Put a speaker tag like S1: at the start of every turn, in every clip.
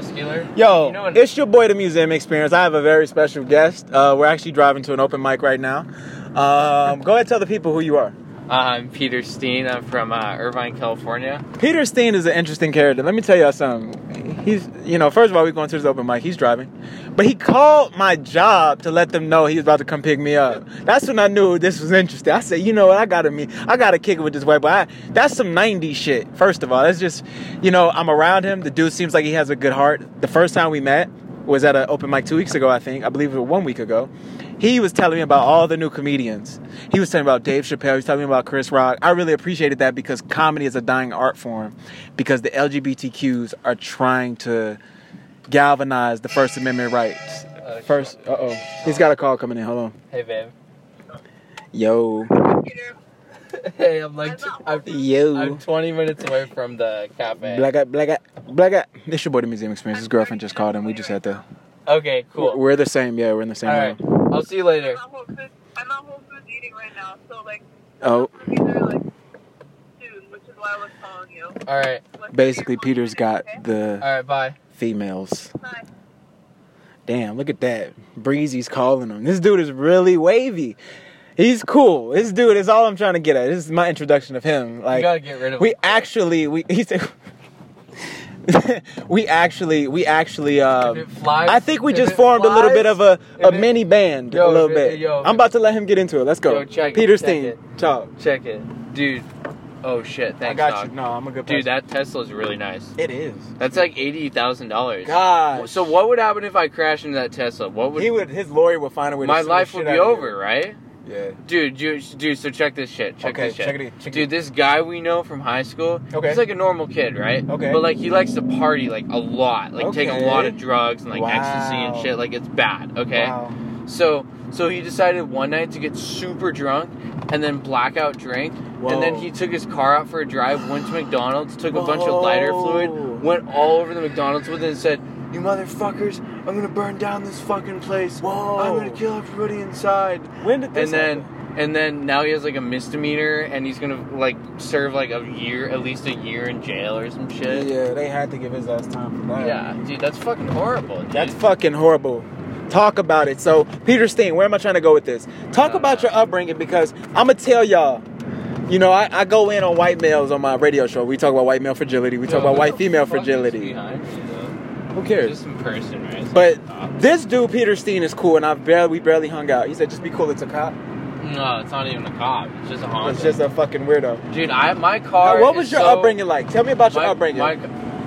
S1: muscular.
S2: Yo,
S1: You know what-
S2: it's your boy, The Museum Experience. I have a very special guest. Uh, we're actually driving to an open mic right now. Um, go ahead, tell the people who you are.
S1: Uh, I'm Peter Steen. I'm from uh, Irvine, California.
S2: Peter Steen is an interesting character. Let me tell y'all something. He's, you know, first of all, we're going to this open mic. He's driving, but he called my job to let them know he was about to come pick me up. That's when I knew this was interesting. I said, you know what, I gotta meet, I gotta kick it with this white boy. I, that's some '90s shit. First of all, that's just, you know, I'm around him. The dude seems like he has a good heart. The first time we met was at an open mic two weeks ago, I think. I believe it was one week ago. He was telling me about all the new comedians. He was telling me about Dave Chappelle. He was telling me about Chris Rock. I really appreciated that because comedy is a dying art form because the LGBTQs are trying to galvanize the First Amendment rights. First, uh oh. He's got a call coming in. Hold on.
S1: Hey, babe.
S2: Yo.
S1: Hey, I'm like, t- I'm, I'm
S2: Yo.
S1: 20 minutes away from the cafe.
S2: Black out, black out, black out. This your boy, the Museum Experience. His girlfriend just called him. We just had to.
S1: Okay, cool.
S2: We're the same. Yeah, we're in the same
S1: All right.
S2: room.
S1: I'll see you later.
S3: I'm at Whole Foods, I'm at Whole Foods eating right now, so like
S2: Oh,
S3: these are like soon, which is why I was calling you.
S1: All right.
S3: Let's
S2: basically,
S3: give you a
S2: Peter's got
S3: moment,
S2: the
S1: All right. Bye.
S2: females.
S3: okay? Hi.
S2: Damn, look at that. Breezy's calling him. This dude is really wavy. He's cool. This dude is all I'm trying to get at. This is my introduction of him.
S1: You gotta
S2: Like
S1: get rid of.
S2: we actually we he said we actually we actually
S1: If
S2: um
S1: it flies,
S2: I think we
S1: if
S2: just
S1: it
S2: formed a little
S1: flies,
S2: bit of a,
S1: if
S2: a
S1: it-
S2: mini band
S1: Yo,
S2: a little
S1: if it-
S2: bit.
S1: yo, if
S2: I'm about to let him get into it. Let's go.
S1: Yo, check it,
S2: Peter
S1: check
S2: Steen,
S1: it.
S2: talk.
S1: Check it, dude. Oh shit! Thanks,
S2: I got
S1: dog.
S2: you. No, I'm a good
S1: Dude, that
S2: person.
S1: Tesla's really nice.
S2: It is.
S1: That's like eighty thousand dollars.
S2: God.
S1: So what would happen if I crashed into that Tesla? What would
S2: he would his lawyer would find a way to
S1: my
S2: sue the
S1: life
S2: shit
S1: would
S2: out
S1: be
S2: of you.
S1: over, right?
S2: Yeah.
S1: Dude, dude, dude. So check this shit. Check
S2: Okay,
S1: this shit.
S2: check it in, check it
S1: dude,
S2: in.
S1: this guy we know from high school.
S2: Okay.
S1: He's like a normal kid, right?
S2: Okay.
S1: But like he likes to party like a lot, like take a lot
S2: Okay.
S1: of drugs and like ecstasy and
S2: Wow.
S1: shit. Like it's bad. Okay.
S2: Wow.
S1: So so he decided one night to get super drunk and then blackout drink.
S2: Whoa.
S1: And then he took his car out for a drive, went to McDonald's, took a bunch of lighter
S2: Whoa.
S1: fluid, went all over the McDonald's with it and said, You motherfuckers, I'm gonna burn down this fucking place.
S2: Whoa.
S1: I'm gonna kill everybody inside.
S2: When did this
S1: And then
S2: happen?
S1: and then now he has like a misdemeanor and he's gonna like serve like a year at least a year in jail or some shit.
S2: Yeah, they had to give his ass time for that.
S1: Yeah, dude, that's fucking horrible. Dude.
S2: That's fucking horrible. Talk about it. So, Peter Steen, where am I trying to go with this? Talk
S1: Uh,
S2: about your upbringing because I'm going to tell y'all. You know, I, I go in on white males on my radio show. We talk about white male fragility. We
S1: Yo,
S2: talk about
S1: who
S2: white
S1: the
S2: female
S1: fuck is
S2: fragility.
S1: behind you, though?
S2: Who cares?
S1: Just in person, right? It's
S2: But
S1: not a cop.
S2: this dude, Peter Steen, is cool, and I barely we barely hung out. He said, "Just be cool. It's a cop.
S1: no, it's not even a cop. It's just a Honda.
S2: It's just a fucking weirdo."
S1: dude. I my car.
S2: Now, what was
S1: is
S2: your
S1: so-
S2: upbringing like? Tell me about your
S1: my-
S2: upbringing.
S1: my-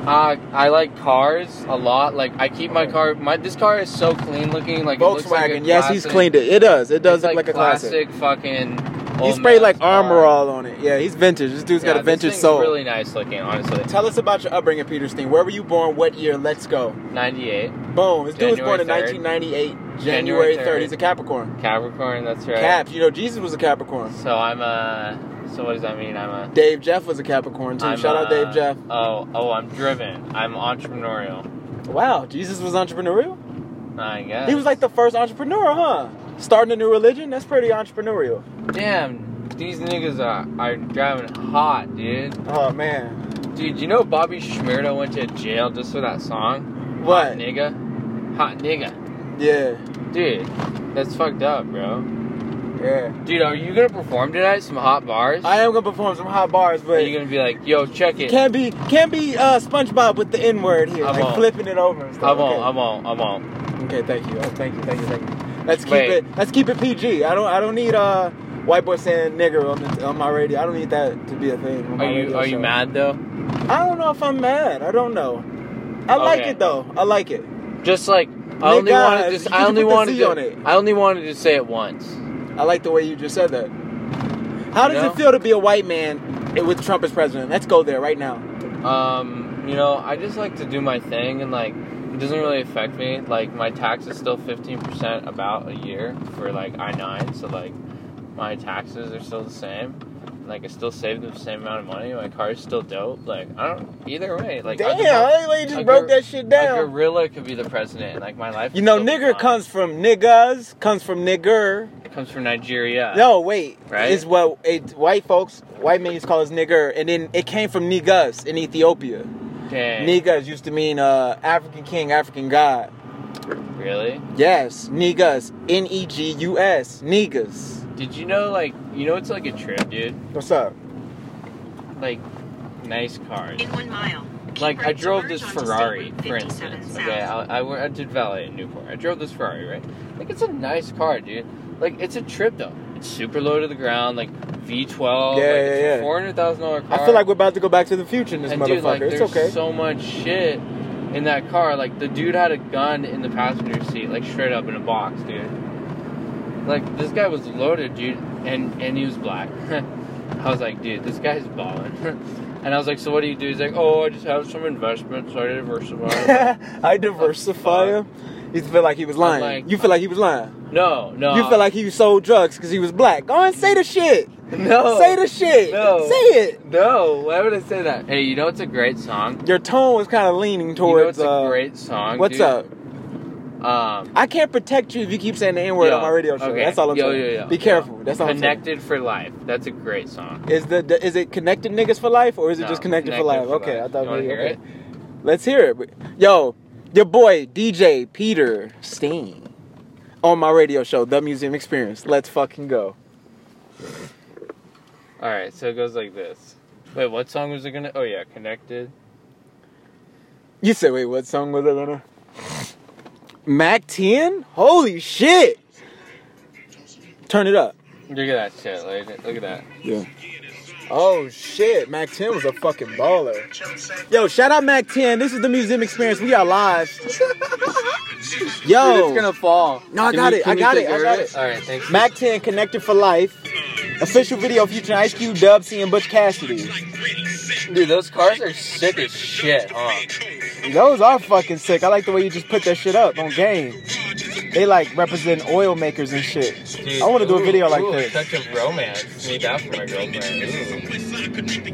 S1: uh, I like cars a lot. Like I keep my car. My this car is so clean looking. Like it looks
S2: Volkswagen.
S1: like a
S2: yes, he's
S1: classic-
S2: cleaned it. It does. It does
S1: it's
S2: look like, a classic.
S1: classic fucking.
S2: He
S1: old
S2: sprayed like
S1: man's car.
S2: armor all on it. Yeah, he's vintage. This dude's
S1: Yeah,
S2: got a
S1: this
S2: vintage
S1: thing's
S2: soul.
S1: Really nice looking, honestly.
S2: Tell us about your upbringing, Peter Steen. Where were you born? What year? Let's go.
S1: Ninety-eight
S2: Boom. This dude was born in
S1: January
S2: 1998, January
S1: January
S2: 3rd. He's a Capricorn.
S1: Capricorn. That's right.
S2: Caps. You know, Jesus was a Capricorn.
S1: So I'm a. So what does that mean? I'm a.
S2: Dave Jeff was a Capricorn too.
S1: I'm,
S2: Shout out
S1: uh,
S2: Dave Jeff.
S1: Oh, oh, I'm driven. I'm entrepreneurial.
S2: Wow, Jesus was entrepreneurial.
S1: I guess.
S2: He was like the first entrepreneur, huh? Starting a new religion. That's pretty entrepreneurial.
S1: damn. These niggas are, are driving hot, dude.
S2: Oh man.
S1: Dude, you know Bobby Shmurda went to jail just for that song?
S2: What?
S1: Nigga. Hot nigga.
S2: Yeah.
S1: Dude, that's fucked up, bro.
S2: Yeah.
S1: Dude, are you gonna perform tonight? Some hot bars?
S2: I am gonna perform some hot bars,
S1: Are
S2: but
S1: you gonna be like, yo, check it?
S2: can't be can't be uh, SpongeBob with the N word here,
S1: I
S2: like
S1: won't.
S2: flipping it over and
S1: I
S2: stuff.
S1: won't,
S2: Okay.
S1: I won't, I won't.
S2: Okay, thank you. Uh, Thank you. Thank you. Thank you. Let's keep
S1: Wait.
S2: it. Let's keep it PG. I don't. I don't need uh white boy saying nigger on, the, on my radio. I don't need that to be a thing. on my
S1: Are you
S2: radio
S1: are you
S2: show.
S1: mad though?
S2: I don't know if I'm mad. I don't know. I like
S1: Okay.
S2: it though. I like it.
S1: Just like I only
S2: Nigga,
S1: wanted
S2: you
S1: to I
S2: put
S1: only
S2: the
S1: wanted
S2: Z
S1: to
S2: on it.
S1: I only wanted to say it once.
S2: I like the way you just said that. How
S1: You
S2: does
S1: know?
S2: it feel to be a white man with Trump as president? Let's go there right now.
S1: Um, you know, I just like to do my thing and like it doesn't really affect me. Like my tax is still fifteen percent about a year for like I nine, so like my taxes are still the same. Like I still save the same amount of money. My car is still dope. Like I don't either way. Like I
S2: Damn,
S1: could-
S2: I like the way you just
S1: like
S2: broke
S1: a-
S2: that shit
S1: A
S2: down.
S1: gorilla could be the president. Like my life.
S2: you
S1: would
S2: know,
S1: still be
S2: nigger
S1: fine.
S2: comes from niggas, comes from nigger.
S1: comes from Nigeria.
S2: No, wait.
S1: Right?
S2: It's what it, white folks, white men used to call us nigger, and then it came from niggas in Ethiopia.
S1: Dang.
S2: Niggas used to mean uh, African king, African god.
S1: Really?
S2: Yes, niggas. N E G U S. Niggas.
S1: Did you know like you know it's like a trip, dude?
S2: What's up?
S1: Like nice cars.
S4: In one mile. keep
S1: Like I
S4: right to
S1: drove
S4: merge
S1: this
S4: onto
S1: Ferrari,
S4: State Route
S1: for
S4: 57
S1: instance.
S4: south.
S1: Okay, I, I, went- I did valet in Newport. I drove this Ferrari, right? Like it's a nice car, dude. Like it's a trip though. It's super low to the ground, like V12.
S2: Yeah,
S1: like,
S2: yeah,
S1: it's
S2: yeah.
S1: a Four hundred thousand dollar car.
S2: I feel like we're about to go back to the future in this
S1: and
S2: motherfucker.
S1: dude, like
S2: it's
S1: there's
S2: okay.
S1: so much shit in that car. Like the dude had a gun in the passenger seat, like straight up in a box, dude. Like this guy was loaded, dude, and and he was black. I was like, dude, this guy's balling. and I was like, so what do you do? He's like, oh, I just have some investments, so I diversify.
S2: I diversify him. You feel like he was lying.
S1: like-
S2: you feel like he was lying.
S1: no, no.
S2: you feel like he sold drugs because he was black. Go and say the shit.
S1: no.
S2: Say the shit.
S1: No.
S2: Say it.
S1: No, why would I say that? Hey, you know it's a great song.
S2: Your tone was kind of leaning
S1: You know
S2: towards.
S1: it's a
S2: uh,
S1: great song.
S2: what's
S1: dude.
S2: up?
S1: Um,
S2: I can't protect you if you keep saying the N word
S1: Yo,
S2: on my radio show.
S1: okay.
S2: That's all I'm
S1: Yo,
S2: saying.
S1: yo, yo,
S2: Be
S1: yo.
S2: careful. That's all I'm
S1: Connected for Life. That's a great song.
S2: saying. Is the, the is it connected niggas for life or is it
S1: No,
S2: just connected, for life?
S1: Connected for
S2: okay,
S1: Life.
S2: I thought
S1: You wanna
S2: maybe-
S1: hear
S2: okay.
S1: it?
S2: Let's hear it. Yo, your boy DJ Peter Steen on my radio show, The Museum Experience. Let's fucking go.
S1: All right, so it goes like this. Wait, what song was it gonna? Oh yeah, Connected.
S2: You said, wait, what song was it gonna? Mac 10? Holy shit! Turn it up.
S1: Look at that shit. Look at, look at that.
S2: Yeah. Oh shit, Mac 10 was a fucking baller. Yo, shout out Mac 10. This is the Museum Experience. We are live.
S1: Dude,
S2: Yo,
S1: it's gonna fall.
S2: No, I
S1: Can
S2: got
S1: we-
S2: it,
S1: can
S2: I
S1: we
S2: got it,
S1: take
S2: I
S1: over
S2: got it.
S1: All right, thanks.
S2: Mac 10 connected for life. Official video featuring Ice Cube, Dub C, and Butch Cassidy.
S1: Dude, those cars are sick as shit, Oh, huh?
S2: Those are fucking sick. I like the way you just put that shit up on game. They like represent oil makers and shit.
S1: Dude,
S2: I wanna do a
S1: ooh,
S2: video like
S1: ooh,
S2: this.
S1: Touch of romance. Need that for my girlfriend.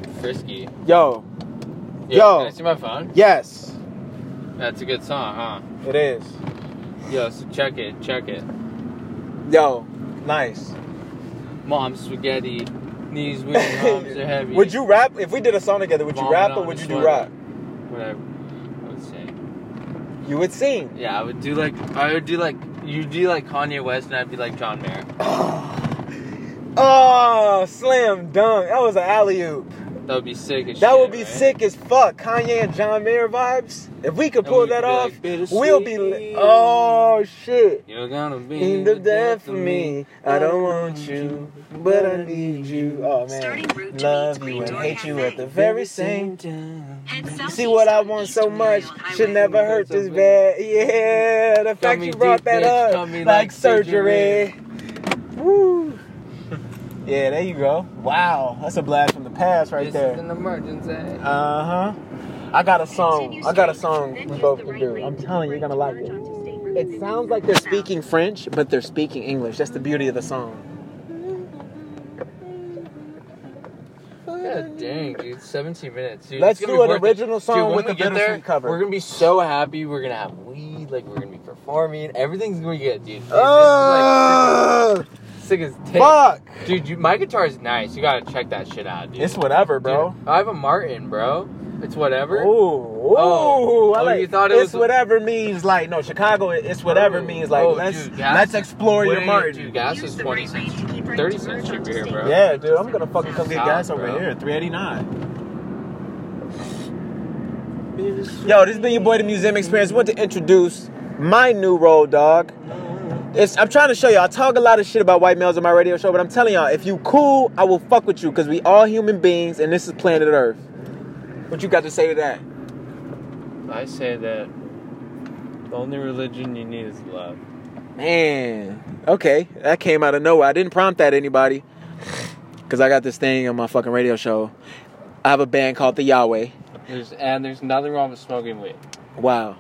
S1: Ooh. Frisky.
S2: Yo,
S1: Yeah,
S2: Yo.
S1: Can I see my phone?
S2: yes,
S1: That's a good song,
S2: it is.
S1: huh? Yo, so check it, check it.
S2: Yo, nice.
S1: Mom, spaghetti. Knees weak, arms are heavy.
S2: Would you rap? If we did a song together, would you
S1: Vomit
S2: rap or
S1: on
S2: would
S1: the
S2: you do
S1: sweater.
S2: rap?
S1: Whatever. I would say.
S2: You would sing.
S1: Yeah, I would do like I would do like you do like Kanye West and I'd be like John Mayer.
S2: Oh, slam dunk. That was an alley oop.
S1: That would be sick. As
S2: That
S1: shit,
S2: would be
S1: right?
S2: sick as fuck. Kanye and John Mayer vibes. If we could
S1: And
S2: pull
S1: we
S2: that
S1: could be like,
S2: off, we'll be.
S1: "Bittersweet."
S2: Li- oh shit.
S1: You're gonna be
S2: End up death for me. I don't want you, but I need you. Oh man,
S4: Starting route to
S2: love
S4: meet
S2: you and
S4: Green
S2: hate
S4: Door
S2: you
S4: Cafe.
S2: at the very same.
S1: time.
S4: Head
S2: You
S4: southeast
S2: see what I
S4: on
S2: want
S4: East
S2: so much
S4: Imperial Highway.
S2: should never hurt this bad. Yeah, the fact
S1: me
S2: you brought
S1: deep,
S2: that
S1: bitch.
S2: up
S1: Cut me
S2: like
S1: like
S2: surgery. Woo. Yeah, there you go. Wow, that's a blast from the past right
S1: this
S2: there.
S1: is an emergency.
S2: Uh huh. I got a song.
S4: Continue
S2: I got a
S4: straight,
S2: song
S4: then
S2: we
S4: use
S2: both
S4: the
S2: can
S4: right
S2: do.
S4: lane
S2: I'm
S4: to
S2: telling you, you're
S4: merge
S2: gonna like it.
S4: onto State Route
S2: It
S4: 57
S2: sounds like they're
S4: south.
S2: speaking French, but they're speaking English. That's the beauty of the song.
S1: God dang, dude, 17 minutes. Dude,
S2: Let's
S1: It's gonna
S2: do
S1: be
S2: an
S1: worth it.
S2: original
S1: Dude,
S2: song
S1: when
S2: with
S1: we
S2: a
S1: get there,
S2: Bittersweet cover.
S1: We're gonna be so happy. We're gonna have weed. Like we're gonna be performing. Everything's gonna be good, dude. Dude, this
S2: Oh,
S1: is like sick as sick as tits.
S2: fuck!
S1: Dude, you, my guitar is nice. You gotta check that shit out, dude.
S2: It's whatever, bro.
S1: Dude, I have a Martin, bro. It's
S2: Ooh,
S1: whatever.
S2: ooh!
S1: Oh.
S2: I
S1: Oh,
S2: like,
S1: you thought it
S2: it's
S1: was-
S2: whatever means like no Chicago. It's whatever
S1: Oh,
S2: means like
S1: oh,
S2: let's
S1: dude, gas-
S2: let's explore
S1: What
S2: your
S1: do you- Dude,
S2: margin.
S1: gas
S4: Use
S1: is
S4: the
S1: 20
S4: right lane
S1: cents.
S4: to keep right
S1: 30
S4: to
S1: cents
S4: merge
S1: should
S4: onto
S1: be here,
S4: State
S1: bro.
S4: Route
S2: Yeah, dude, I'm gonna fucking come
S4: 57
S2: get
S1: South,
S2: gas over
S1: bro.
S2: here. 389. Yo, this has been your boy the Museum Experience. Want to introduce my new role, dog. It's, I'm trying to show y'all. I talk a lot of shit about white males on my radio show, but I'm telling y'all, if you cool, I will fuck with you because we all human beings and this is planet Earth. What you got to say to that?
S1: I say that the only religion you need is love.
S2: Man, okay, that came out of nowhere. I didn't prompt that anybody because I got this thing on my fucking radio show. I have a band called the Yahweh.
S1: There's and there's nothing wrong with smoking weed.
S2: Wow.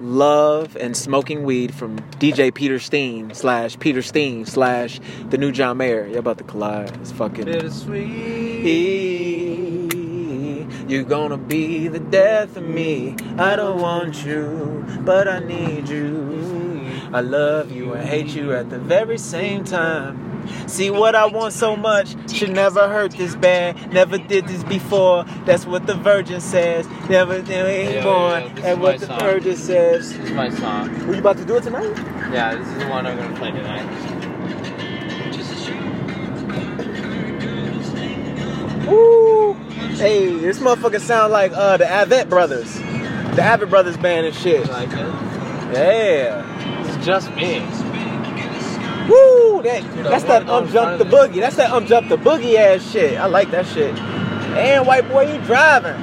S2: Love and smoking weed from DJ Peter Steen slash Peter Steen slash the new John Mayer. You're about to collide. It's fucking.
S1: Bittersweet.
S2: You're gonna be the death of me. I don't want you, but I need you. I love you and hate you at the very same time. See what I want so much should never hurt this bad. Never did this before. That's what the virgin says. Never did it
S1: Yeah,
S2: anymore.
S1: yeah, yeah, this
S2: and
S1: is my
S2: what the
S1: song.
S2: virgin says.
S1: This is my song.
S2: Were you about to do it tonight?
S1: Yeah, this is the one I'm gonna play tonight.
S2: Woo! Hey, this motherfucker sound like uh the Avett Brothers. The Avett Brothers band and shit.
S1: You like it?
S2: Yeah.
S1: It's just me.
S2: Woo! That, that's
S1: I wanna
S2: that
S1: go in
S2: um jump
S1: front
S2: the
S1: of this.
S2: boogie. That's that um jump the boogie ass shit. I like that shit. And white boy, you driving.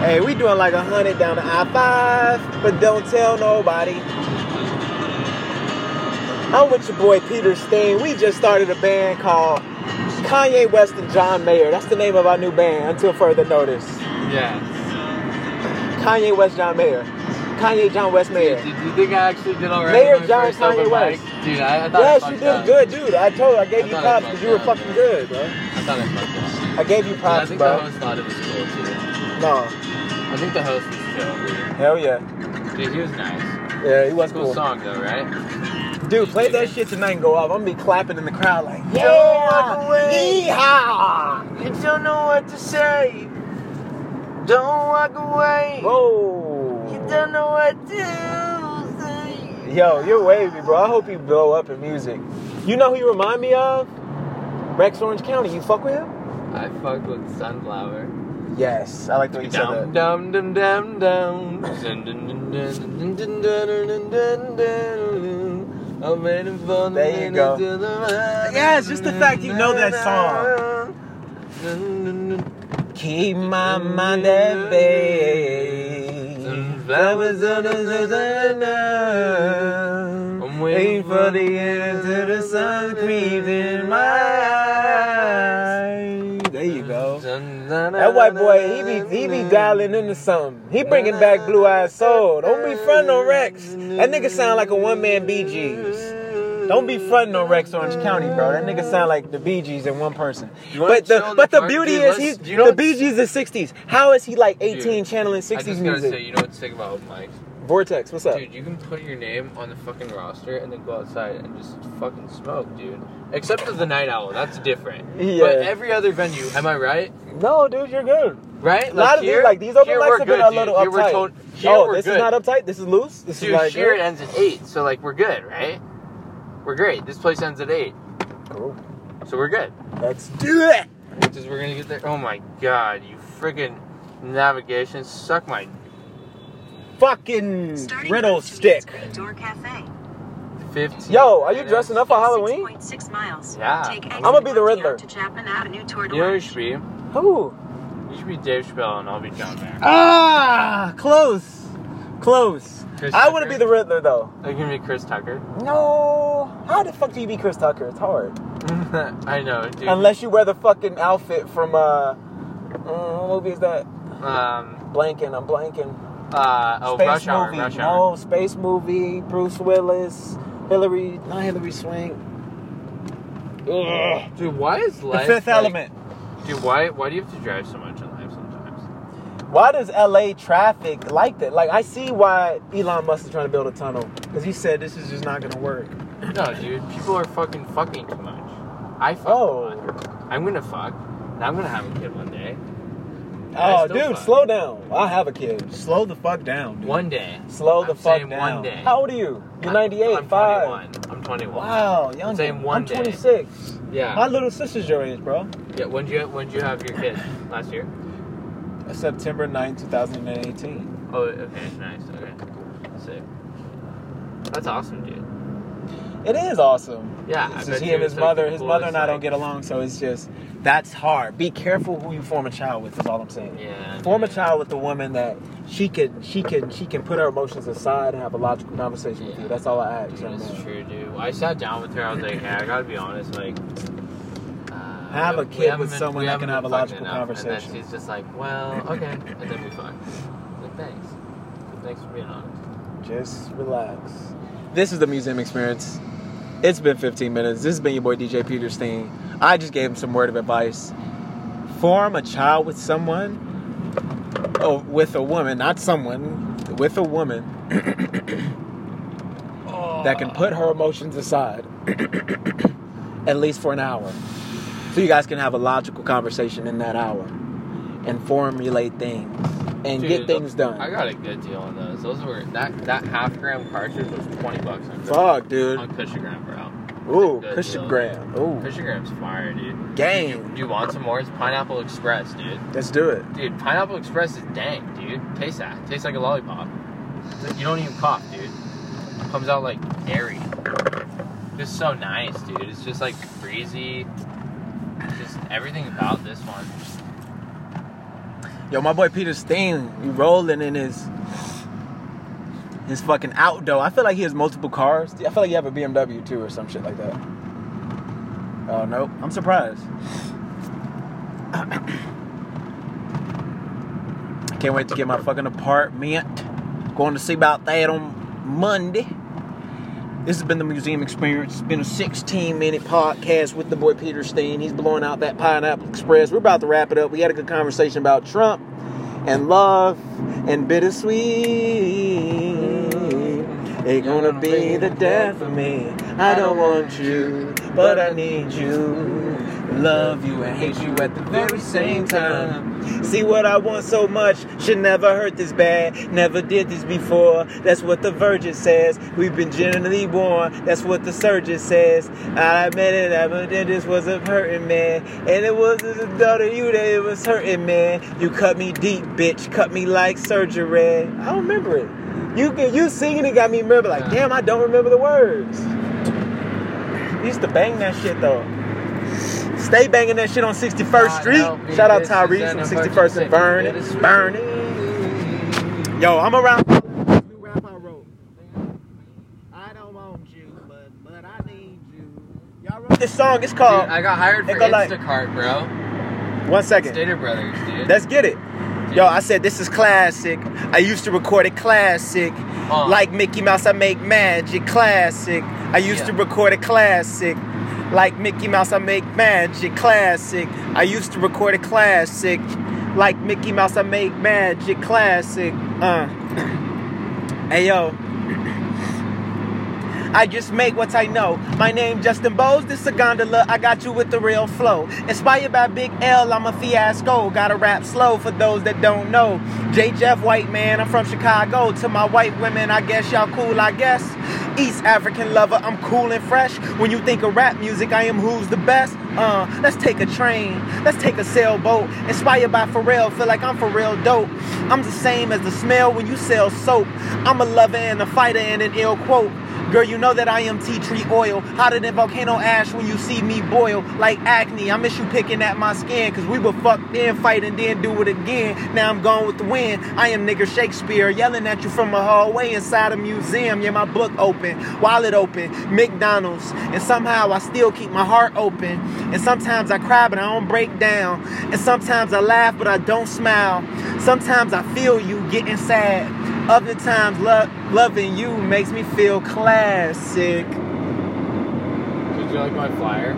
S2: Hey, we doing like a hundred down the I five, but don't tell nobody. I'm with your boy Peter Steen. We just started a band called Kanye West and John Mayer. That's the name of our new band. Until further notice,
S1: Yeah.
S2: Kanye West, John Mayer. Kanye, John West, Mayer.
S1: Dude, do you think I actually did alright?
S2: Mayor
S1: on my
S2: John
S1: first open
S2: Kanye
S1: mic?
S2: West.
S1: Dude, I, I thought I
S2: Yes,
S1: fucked
S2: you
S1: up.
S2: did good, dude. I told you, I gave
S1: I
S2: you
S1: thought I
S2: props because you were
S1: fucked up,
S2: fucking good, bro.
S1: I thought I fucked up.
S2: I gave you
S1: Dude, I
S2: props,
S1: think the
S2: bro.
S1: host thought it was cool too.
S2: No,
S1: I think the host was
S2: hell yeah,
S1: chill. Dude, he was nice.
S2: yeah, he was
S1: cool,
S2: cool.
S1: song though, right?
S2: Dude, play that shit tonight and go off. I'm gonna be clapping in the crowd like,
S1: Don't walk
S2: yeah, yeehaw.
S1: You don't know what to say. Don't walk away.
S2: Whoa.
S1: know what to say.
S2: Yo, you're wavy, bro. I hope you blow up in music. You know who you remind me of? Rex Orange County. You fuck with him?
S1: I fucked with Sunflower.
S2: Yes, I like the way you
S1: Dum
S2: said that.
S1: dum dum dum dum. Dun, dun, dun, dun, dun, dun, dun, dun, dun, dun, dun. I'm waiting for the
S2: There you
S1: minute
S2: go.
S1: to the-
S2: Yes, just the fact you know that song.
S1: Dun, dun, dun.
S2: Keep my mind at bay.
S1: Sunflowers on the I'm waiting for the end to the sun creep in my eyes.
S2: There you go. That
S1: That
S2: white boy, he be he be dialing into something. He bringing back Blue Eyed Soul. Don't be frontin' on Rex. That nigga sound like a one man Bee Gees. Don't be frontin' on Rex Orange County, bro. That nigga sound like the Bee Gees in one person.
S1: You wanna
S2: But the
S1: chill
S2: but
S1: the
S2: the
S1: fuck,
S2: beauty
S1: dude?
S2: is
S1: Let's-
S2: he's
S1: you know
S2: the
S1: what's-
S2: Bee Gees is sixties. How is he like eighteen
S1: Dude,
S2: channeling
S1: I
S2: sixties
S1: just gotta say,
S2: music?
S1: you know what's sick about open mics?
S2: Vortex, what's up?
S1: Dude, you can put your name on the fucking roster and then go outside and just fucking smoke, dude. Except for the Night Owl, that's different.
S2: Yeah.
S1: But every other venue, am I right?
S2: No, dude, you're good.
S1: Right?
S2: A lot of these like these open
S1: here
S2: mics
S1: we're
S2: have been
S1: good,
S2: a
S1: dude.
S2: little
S1: Here we're
S2: uptight.
S1: tot- here
S2: oh,
S1: we're
S2: this
S1: good.
S2: is not uptight. This is loose. This
S1: Dude,
S2: is like
S1: here it ends at eight, so like we're good, right? We're great. This place ends at eight,
S2: Cool.
S1: so we're good.
S2: Let's do it.
S1: Which is we're gonna get there. Oh my god, you friggin' navigation suck my
S2: Fucking
S4: Starting
S2: riddle
S4: from Julian's
S2: stick.
S4: Green Door Cafe.
S1: fifteen.
S2: Yo, are you
S1: minutes.
S2: dressing up for Halloween?
S4: 6.6 miles.
S1: Yeah.
S4: Take exit
S2: I'ma be the
S4: one down
S2: Riddler.
S4: To Chapman Avenue toward
S1: You know who you
S4: Orange.
S1: should be? You
S2: Who?
S1: should be Dave Chappelle, and I'll be John Mayer.
S2: Ah, close, close.
S1: Chris
S2: I want to
S1: Tucker.
S2: be the Riddler though.
S1: That can be Chris Tucker.
S2: No, how the fuck do you be Chris Tucker? It's hard.
S1: I know, dude.
S2: Unless you wear the fucking outfit from uh, mm, what movie is that?
S1: um,
S2: Blanking, I'm blanking.
S1: uh, oh,
S2: space
S1: Rush Hour,
S2: movie.
S1: Rush Hour.
S2: No, space movie. Bruce Willis, Hillary, not Hillary Swank. Ugh.
S1: Dude, why is
S2: The
S1: life?
S2: Fifth
S1: like-
S2: Element.
S1: Dude, why why do you have to drive so much in life sometimes?
S2: Why does LA traffic like that? Like, I see why Elon Musk is trying to build a tunnel because he said this is just not gonna work.
S1: No, dude, people are fucking fucking too much. I fuck.
S2: Oh.
S1: a lot. I'm gonna fuck. And I'm gonna have a kid one day. I
S2: Oh,
S1: still
S2: dude,
S1: fuck.
S2: slow down. I have a kid. Slow the fuck down, dude.
S1: One day.
S2: Slow the
S1: I'm
S2: fuck
S1: saying
S2: down.
S1: One day.
S2: How old are you? You're 98,
S1: I'm
S2: 5.
S1: 21. I'm 21.
S2: Wow, young.
S1: I'm saying
S2: dude.
S1: one
S2: I'm
S1: day.
S2: 26.
S1: Yeah.
S2: My little sister's your age, bro.
S1: yeah. When you when you have your kid last year?
S2: September 9, 2018.
S1: Oh, okay, nice. Okay, sick. That's awesome, dude.
S2: It is awesome.
S1: Yeah, I
S2: It's
S1: bet
S2: just he
S1: you
S2: and
S1: it's
S2: his
S1: like
S2: mother.
S1: the
S2: His mother and
S1: coolest,
S2: I don't
S1: like-
S2: get along, so it's just that's hard. Be careful who you form a child with. Is all I'm saying.
S1: Yeah.
S2: Form a child with a woman that she can, she can, she can put her emotions aside and have a logical conversation with
S1: Yeah.
S2: you. That's all I ask.
S1: Dude,
S2: young
S1: that's
S2: man.
S1: true, dude. I sat down with her. I was like, hey, I gotta be honest, like. uh,
S2: Have a
S1: we
S2: kid
S1: haven't
S2: with
S1: been-
S2: someone
S1: we
S2: that
S1: haven't
S2: can have
S1: been fucking
S2: a logical
S1: enough.
S2: conversation.
S1: And then she's just like, well, okay, and then we fuck. Like, thanks. Thanks for being honest.
S2: Just relax. This is the museum experience. It's been 15 minutes. This has been your boy DJ Peterstein. I just gave him some word of advice. Form a child with someone, oh, with a woman, not someone, with a woman. that can put her emotions aside at least for an hour. So you guys can have a logical conversation in that hour and formulate things and get
S1: Dude,
S2: things done.
S1: I got a good deal on those. Those were that that half gram cartridge was twenty bucks on
S2: Fuck, dude.
S1: on Cushigram, bro.
S2: Ooh,
S1: good
S2: Christian
S1: deal.
S2: Graham. Ooh,
S1: Cushigram's fire, dude.
S2: game.
S1: You want some more? It's Pineapple Express, dude.
S2: Let's do it.
S1: Dude, Pineapple Express is dang, dude. Taste that. Tastes like a lollipop. You don't even cough, dude. Comes out like dairy. It's so nice, dude. It's just like breezy. Just everything about this one.
S2: Yo, my boy Peter Steen, he rolling in his his fucking outdoor. I feel like he has multiple cars. I feel like you have a BMW too or some shit like that. Oh nope. I'm surprised. I can't wait to get my fucking apartment. Going to see about that on Monday. This has been the museum experience. It's been a 16 minute podcast with the boy Peter Steen. He's blowing out that Pineapple Express. We're about to wrap it up. We had a good conversation about Trump and love and bittersweet. It's gonna be the death of me. I don't want you, but I need you. Love you and hate you at the very same time. See what I want so much should never hurt this bad. Never did this before. That's what the virgin says. We've been generally warned. That's what the surgeon says. I admit it, I admit this was a hurting man. And it wasn't the thought of you that it was hurting, man. You cut me deep, bitch. Cut me like surgery. I don't remember it. You you singing it got me remember like damn I don't remember the words. We used to bang that shit though. Stay banging that shit on 61st Street. Shout out Tyrese from 61st and Vernon. Vernon. Yo, I'm around. This song is
S1: Dude,
S2: called.
S1: I got hired for
S2: It go like-
S1: Instacart, bro.
S2: One second.
S1: Stater Brothers, dude.
S2: Let's get it. Yo, I said this is classic. I used to record a classic.
S1: Uh.
S2: Like Mickey Mouse, I make magic. Classic. I used to
S1: Yeah.
S2: record a classic. Like Mickey Mouse, I make magic. Classic. I used to record a classic. Like Mickey Mouse, I make magic. Classic. Uh. hey, yo. I just make what I know. My name Justin Bowes, this a gondola. I got you with the real flow. Inspired by Big L, I'm a fiasco. Gotta rap slow for those that don't know. J. Jeff White man, I'm from Chicago. To my white women, I guess y'all cool, I guess. East African lover, I'm cool and fresh. When you think of rap music, I am who's the best. Uh, let's take a train, let's take a sailboat. Inspired by Pharrell, feel like I'm for real dope. I'm the same as the smell when you sell soap. I'm a lover and a fighter and an ill quote. Girl, you know that I am tea tree oil. Hotter than volcano ash when you see me boil. Like acne, I miss you picking at my skin. Cause we were fucked then, fight and then do it again. Now I'm gone with the wind. I am nigger Shakespeare, yelling at you from a hallway inside a museum. Yeah, my book open, wallet open, McDonald's. And somehow I still keep my heart open. And sometimes I cry, but I don't break down. And sometimes I laugh, but I don't smile. Sometimes I feel you getting sad. Other times, lo- loving you makes me feel classic.
S1: Did you like my flyer?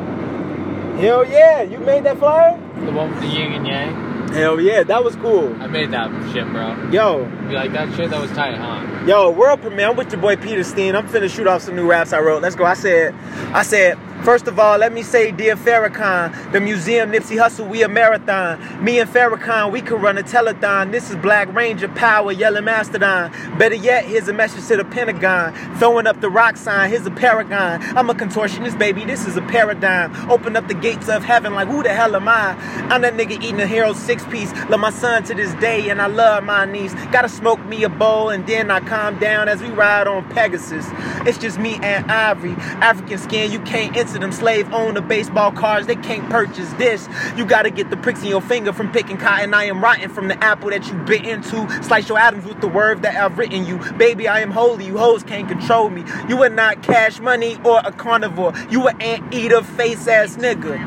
S2: Hell yeah, you made that flyer?
S1: The one with the yin and yang?
S2: Hell yeah, that was cool.
S1: I made that shit, bro.
S2: Yo,
S1: You like that shit? That was tight, huh?
S2: yo, world premiere. I'm with your boy Peter Steen. I'm finna shoot off some new raps I wrote. Let's go. I said, I said, first of all, let me say, dear Farrakhan, the museum Nipsey Hustle, we a marathon. Me and Farrakhan, we could run a telethon. This is Black Ranger power, yelling mastodon. Better yet, here's a message to the Pentagon. Throwing up the rock sign, here's a paragon. I'm a contortionist, baby. This is a paradigm. Open up the gates of heaven, like who the hell am I? I'm that nigga eating a hero six piece. Love my son to this day, and I love my niece. Gotta smoke me a bowl, and then I calm down as we ride on Pegasus. It's just me and Ivory. African skin, you can't enter them. Slave owner baseball cards, they can't purchase this. You gotta get the pricks in your finger from picking cotton. I am rotten from the apple that you bit into. Slice your atoms with the word that I've written you. Baby, I am holy. You hoes can't control me. You are not cash money or a carnivore. You an anteater, face ass nigga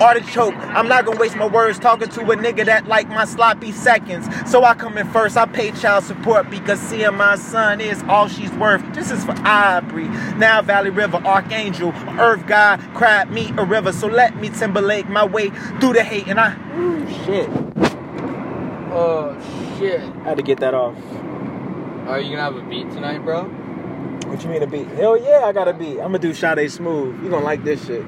S2: artichoke. I'm not gonna waste my words talking to a nigga that like my sloppy seconds. So I come in first, I pay child support because seeing my son is all she's worth. This is for Aubrey. Now Valley River, Archangel, Earth God, cried me a river. So let me Timberlake my way through the hate. And I, ooh, shit,
S1: Oh, shit.
S2: I had to get that off.
S1: Are you gonna have a beat tonight, bro?
S2: What you mean a beat? Hell yeah, I got a beat. I'm gonna do Sade Smooth. You gonna like this shit.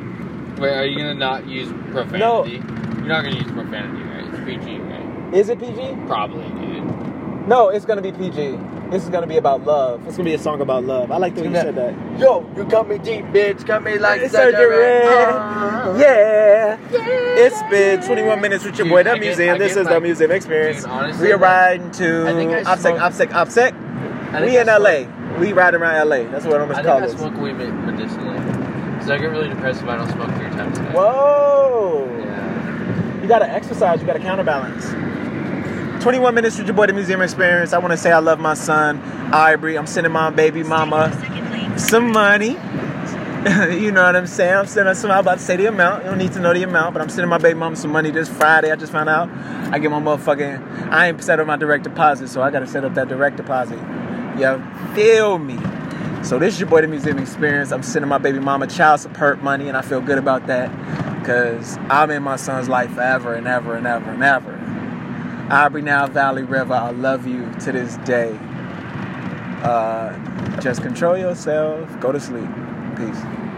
S1: Wait, are you gonna not use profanity? You're not gonna use profanity, right? It's PG, right?
S2: Is it PG?
S1: Probably, dude.
S2: No, it's gonna be PG. This is gonna be about love. It's gonna be a song about love. I like the way you said that.
S5: Yo, you cut me deep, bitch. Cut me like
S2: It's Surgery Red. Yeah. It's been 21 minutes with your
S1: Dude,
S2: boy, The
S1: I get- I
S2: Museum. This
S1: get
S2: is The
S1: like-
S2: Museum Experience.
S1: Dude, honestly,
S2: We are
S1: like,
S2: riding to
S1: I think I
S2: OPSEC,
S1: smoked-
S2: OPSEC, OPSEC.
S1: I think
S2: We
S1: I
S2: in
S1: smoke-
S2: LA. We ride around LA. That's what I'm
S1: I
S2: gonna
S1: think
S2: call
S1: I
S2: it.
S1: smoke weed med- medicinally. Cause I get really depressed if I don't smoke three times a day.
S2: Whoa.
S1: Yeah.
S2: You gotta exercise, you gotta counterbalance. 21 minutes with your boy, The Museum Experience. I wanna say I love my son, Ivory. I'm sending my baby mama some money. you know what I'm saying? I'm sending some. I'm about to say the amount. You don't need to know the amount, but I'm sending my baby mom some money this Friday. I just found out. I get my motherfucking. I ain't set up my direct deposit, so I gotta set up that direct deposit. You feel me? So this is your boy, the Museum Experience. I'm sending my baby mama child support money, and I feel good about that because I'm in my son's life forever and ever and ever and ever. Aubrey now, Valley River, I love you to this day. Uh, just control yourself. Go to sleep. Peace.